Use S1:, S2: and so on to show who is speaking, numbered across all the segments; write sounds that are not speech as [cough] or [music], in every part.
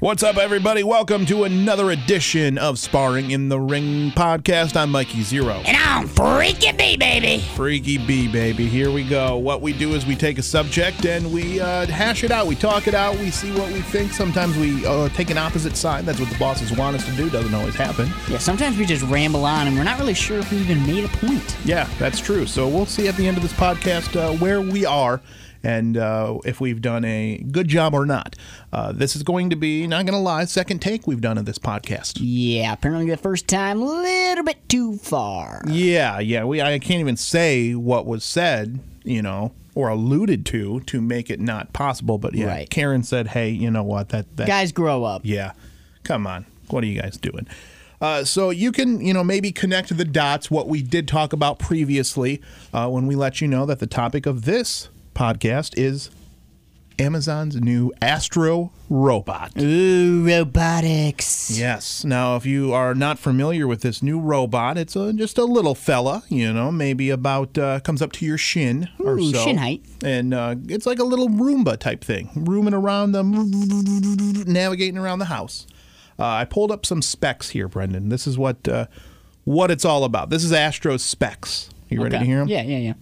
S1: What's up, everybody? Welcome to another edition of Sparring in the Ring podcast. I'm Mikey Zero.
S2: And I'm freaking me, baby.
S1: Freaky B, baby. Here we go. What we do is we take a subject and we uh, hash it out. We talk it out. We see what we think. Sometimes we uh, take an opposite side. That's what the bosses want us to do. Doesn't always happen.
S2: Yeah, sometimes we just ramble on and we're not really sure if we even made a point.
S1: Yeah, that's true. So we'll see at the end of this podcast uh, where we are and uh, if we've done a good job or not. Uh, this is going to be, not going to lie, second take we've done of this podcast.
S2: Yeah, apparently the first time, a little bit too far.
S1: Yeah, yeah. We I can't even say what was said, you know, or alluded to to make it not possible. But yeah,
S2: Right.
S1: Karen said, "Hey, you know what? That that
S2: Guys grow up.
S1: yeah, come on. What are you guys doing? Uh, so you can, you know, maybe connect the dots what we did talk about previously uh, when we let you know that the topic of this podcast is Amazon's new Astro robot.
S2: Ooh, robotics.
S1: Yes. Now, if you are not familiar with this new robot, it's a, just a little fella, you know, maybe about uh, comes up to your shin or
S2: Ooh,
S1: so.
S2: shin height.
S1: And uh, it's like a little Roomba type thing, rooming around the, navigating around the house. Uh, I pulled up some specs here, Brendan. This is what uh, what it's all about. This is Astro's specs. You ready
S2: Okay.
S1: to hear them?
S2: Yeah, yeah, yeah.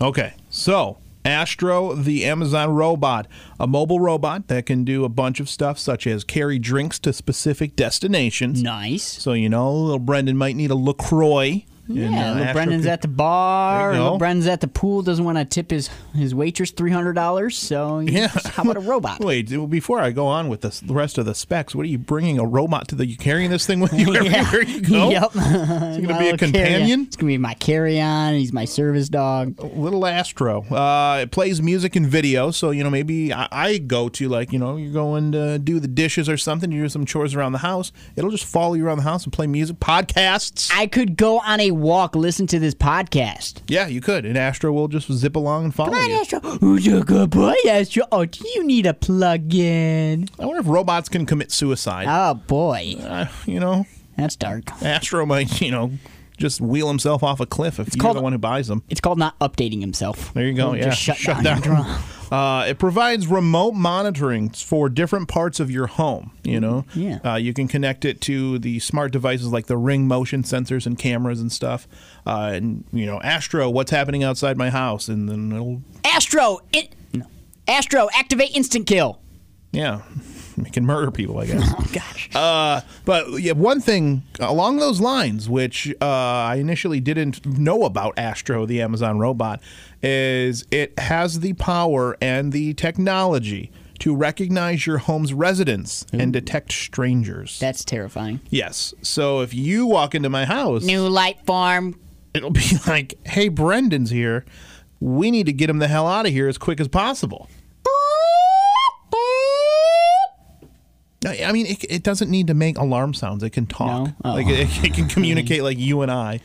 S1: Okay, so Astro, the Amazon robot, a mobile robot that can do a bunch of stuff, such as carry drinks to specific destinations.
S2: Nice.
S1: So you know, little Brendan might need a Lacroix. and,
S2: Yeah,
S1: uh,
S2: little
S1: Astro
S2: Brendan's
S1: could-
S2: at the bar.
S1: There you
S2: Little
S1: go.
S2: Brendan's at the pool. Doesn't want to tip his his waitress three hundred dollars. So
S1: Yeah.
S2: how about a robot?
S1: Wait, [laughs] well, before I go on with this, the rest of the specs, what are you bringing a robot to the? You carrying this thing with
S2: [laughs]
S1: you everywhere you go?
S2: Yep. It's
S1: gonna be a companion?
S2: It's gonna be my carry-on. He's my service dog.
S1: Little Astro. Uh, it plays music and video, so you know maybe I, I go to like you know you're going to do the dishes or something, you do some chores around the house. It'll just follow you around the house and play music, podcasts.
S2: I could go on a walk, listen to this podcast.
S1: yeah, you could, and Astro will just zip along and follow
S2: Come on,
S1: you.
S2: Astro. Who's a good boy, Astro? Oh, do you need a plug-in?
S1: I wonder if robots can commit suicide.
S2: Oh boy,
S1: Uh, you know,
S2: that's dark.
S1: Astro might [laughs] you know just wheel himself off a cliff if you're
S2: called-
S1: the one who buys them.
S2: It's called not updating himself.
S1: There you go.
S2: He'll
S1: yeah,
S2: just
S1: [laughs]
S2: shut, down. your drum.
S1: Uh, it provides remote monitoring for different parts of your home. You know,
S2: yeah.
S1: Uh, you can connect it to the smart devices like the Ring motion sensors and cameras and stuff. Uh, and you know, Astro, what's happening outside my house? And then it'll,
S2: Astro, it, no. Astro, activate instant kill.
S1: yeah, [laughs] it can murder people, I guess.
S2: Oh gosh.
S1: Uh, but yeah, one thing along those lines, which uh, I initially didn't know about Astro, the Amazon robot, is it has the power and the technology to recognize your home's residents and detect strangers.
S2: that's terrifying.
S1: yes. So if you walk into my house,
S2: New light form.
S1: it'll be [laughs] like, "Hey, Brendan's here. We need to get him the hell out of here as quick as possible." I I mean, it, it doesn't need to make alarm sounds. It can talk.
S2: No? Oh.
S1: Like it, it
S2: [laughs]
S1: can communicate like you and I.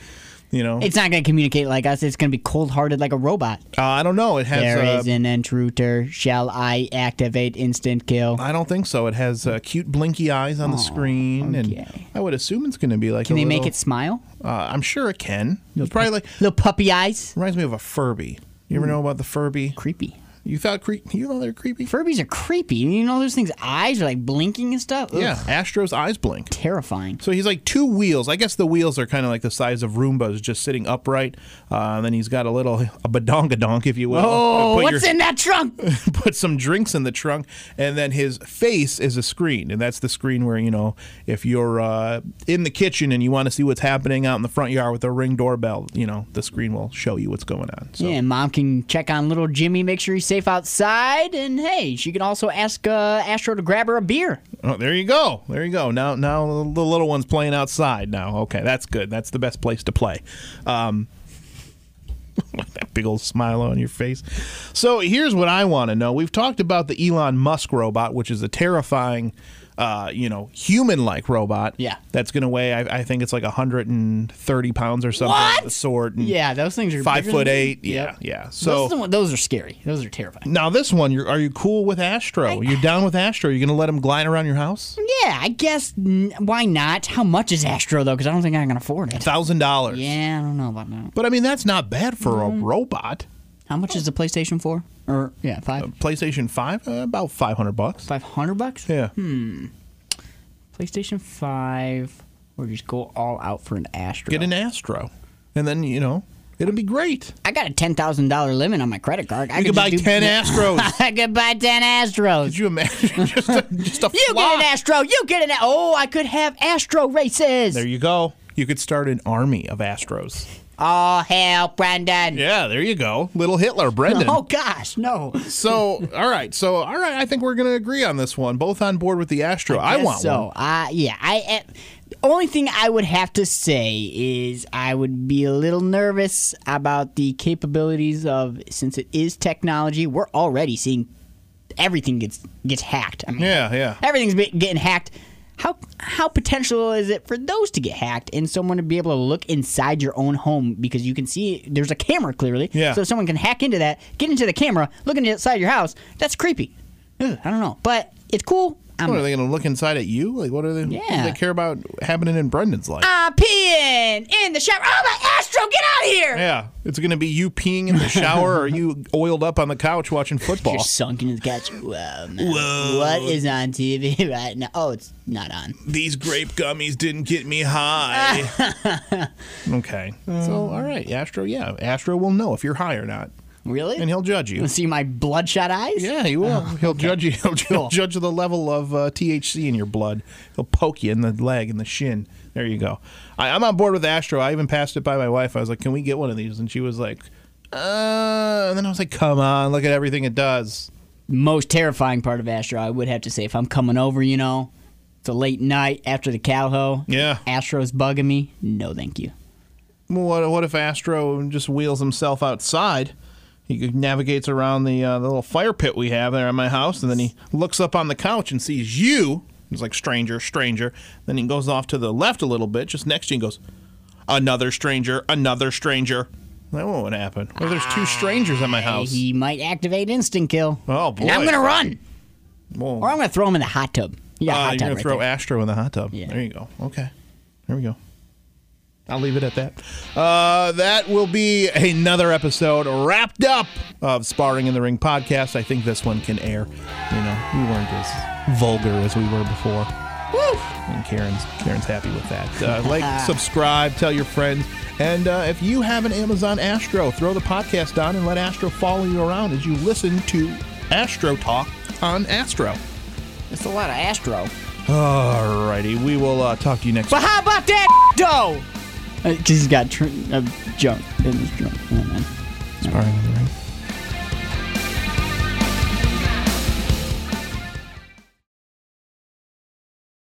S1: You know,
S2: It's not going to communicate like us. It's going to be cold-hearted like a robot.
S1: uh, I don't know. It has.
S2: There
S1: uh,
S2: is an intruder. Shall I activate instant kill?
S1: I don't think so. It has uh, cute blinky eyes on the screen, and
S2: Oh, okay.
S1: I would assume it's going to be like.
S2: Can
S1: a
S2: they
S1: little,
S2: make it smile?
S1: Uh, I'm sure it can. It's probably like
S2: Little puppy eyes.
S1: reminds me of a Furby. You
S2: Hmm.
S1: ever know about the Furby?
S2: Creepy.
S1: You thought creep? You thought they're creepy?
S2: Furbies are creepy. You know those things. Eyes are like blinking and stuff. Ugh,
S1: Yeah, Astro's eyes blink.
S2: Terrifying.
S1: So he's like two wheels. I guess the wheels are kind of like the size of Roombas, just sitting upright. Uh, and then he's got a little a badongadonk, if you will.
S2: Oh,
S1: Uh, Put your-
S2: what's in that trunk?
S1: [laughs] put some drinks in the trunk, and then his face is a screen, and that's the screen where you know if you're uh, in the kitchen and you want to see what's happening out in the front yard with a ring doorbell, you know the screen will show you what's going on. So.
S2: Yeah, and mom can check on little Jimmy, make sure he's safe outside, and hey, she can also ask uh, Astro to grab her a beer.
S1: Oh, there you go. There you go. Now, now the little one's playing outside. Now, okay, that's good. That's the best place to play. Um, [laughs] that big old smile on your face. So here's what I want to know. We've talked about the Elon Musk robot, which is a terrifying, uh, you know, human-like robot.
S2: Yeah.
S1: That's gonna weigh. I, I think it's like 130 pounds or something.
S2: What?
S1: The sword. And
S2: Yeah, those things are
S1: Five
S2: bigger
S1: foot
S2: than-
S1: eight. Yeah.
S2: Yep.
S1: Yeah.
S2: Those
S1: So
S2: are the one- those are scary. Those are terrifying.
S1: now this one, you're, are you cool with Astro? you're down with Astro? You're gonna let him glide around your
S2: [laughs]
S1: house?
S2: Yeah, I guess. n- Why not? How much is Astro though? Because I don't think I can afford it.
S1: Thousand dollars.
S2: Yeah, I don't know about that. Mm-hmm.
S1: But I mean, that's not bad for a robot.
S2: How much is the PlayStation 4? Or yeah, 5?
S1: Um, PlayStation Five, uh, about five hundred bucks.
S2: 500 bucks?
S1: Yeah.
S2: PlayStation 5 or just go all out for an Astro.
S1: Get an Astro, and then you know it'll be great.
S2: I got a $10,000 limit on my credit card. I
S1: You could
S2: just
S1: buy
S2: do- [laughs]
S1: ten Astros.
S2: I could buy 10 Astros.
S1: Could you imagine [laughs] just a, just a
S2: You
S1: flock?
S2: get an Astro. You get an Oh, I could have Astro races.
S1: There you go. You could start an army of Astros.
S2: Oh, hell, Brendan.
S1: Yeah, there you go. Little Hitler, Brendan.
S2: [laughs] Oh gosh, no.
S1: So, all right. So, all right. I think we're going to agree on this one. Both on board with the Astro. I,
S2: Guess
S1: want
S2: so.
S1: one.
S2: Uh, yeah, I. Uh, the only thing I would have to say is I would be a little nervous about the capabilities of since it is technology. We're already seeing everything gets gets hacked. I mean,
S1: Yeah, yeah.
S2: everything's be- getting hacked. How how potential is it for those to get hacked and someone to be able to look inside your own home because you can see there's a camera clearly.
S1: Yeah.
S2: So if someone can hack into that, get into the camera, look inside your house. That's creepy. Ugh, I don't know, but it's cool.
S1: What, are
S2: I'm
S1: they going to look inside at you? Like, what are they? What do
S2: Yeah.
S1: they care about happening in Brendan's life?
S2: I'm uh, peeing in the shower. Oh my Astro, get out of here!
S1: yeah, it's going to be you peeing in the shower or [laughs] you oiled up on the couch watching football.
S2: You're sunk into the couch. Whoa, man. What is on TV [laughs] right now? Oh, it's not on.
S1: [laughs] These grape gummies didn't get me high. [laughs] Mm. okay. So, all right, Astro. Yeah, Astro will know if you're high or not,
S2: Really?
S1: and he'll judge you.
S2: See my bloodshot eyes?
S1: Yeah, he will. [laughs] he'll judge you. He'll, he'll [laughs] judge the level of uh, THC in your blood. He'll poke you in the leg and the shin. There you go. I, I'm on board with Astro. I even passed it by my wife. I was like, "Can we get one of these?" And she was like, "Uh." And then I was like, "Come on, look at everything it does."
S2: most terrifying part of Astro, I would have to say, if I'm coming over, you know, it's a late night after the cow hoe.
S1: Yeah.
S2: Astro's bugging me. No, thank you.
S1: What What if Astro just wheels himself outside? He navigates around the uh, the little fire pit we have there at my house, and then he looks up on the couch and sees you. He's like stranger, stranger. Then he goes off to the left a little bit, just next to you, and goes, "Another stranger, another stranger." That what would happen? Well, there's two strangers at my house.
S2: He might activate instant kill.
S1: Oh,
S2: And I'm
S1: boy.
S2: gonna run,
S1: Whoa.
S2: or I'm gonna throw him in the hot tub. Yeah,
S1: Uh,
S2: hot
S1: you're
S2: tub
S1: gonna
S2: right
S1: throw
S2: there.
S1: Astro in the hot tub.
S2: Yeah.
S1: There you go. Okay. There we go. I'll leave it at that. Uh, that will be another episode wrapped up of Sparring in the Ring podcast. I think this one can air. You know, we weren't as vulgar as we were before. And Karen's Karen's happy with that. Uh,
S2: [laughs]
S1: like, subscribe, tell your friends, and uh, if you have an Amazon Astro, throw the podcast on and let Astro follow you around as you listen to Astro Talk on Astro.
S2: That's a lot of Astro.
S1: Alrighty, we will uh, talk to you next.
S2: But how about that dough? Because he's got tr- uh, junk uh, in his junk. Oh, man.
S1: Sparring in the Ring.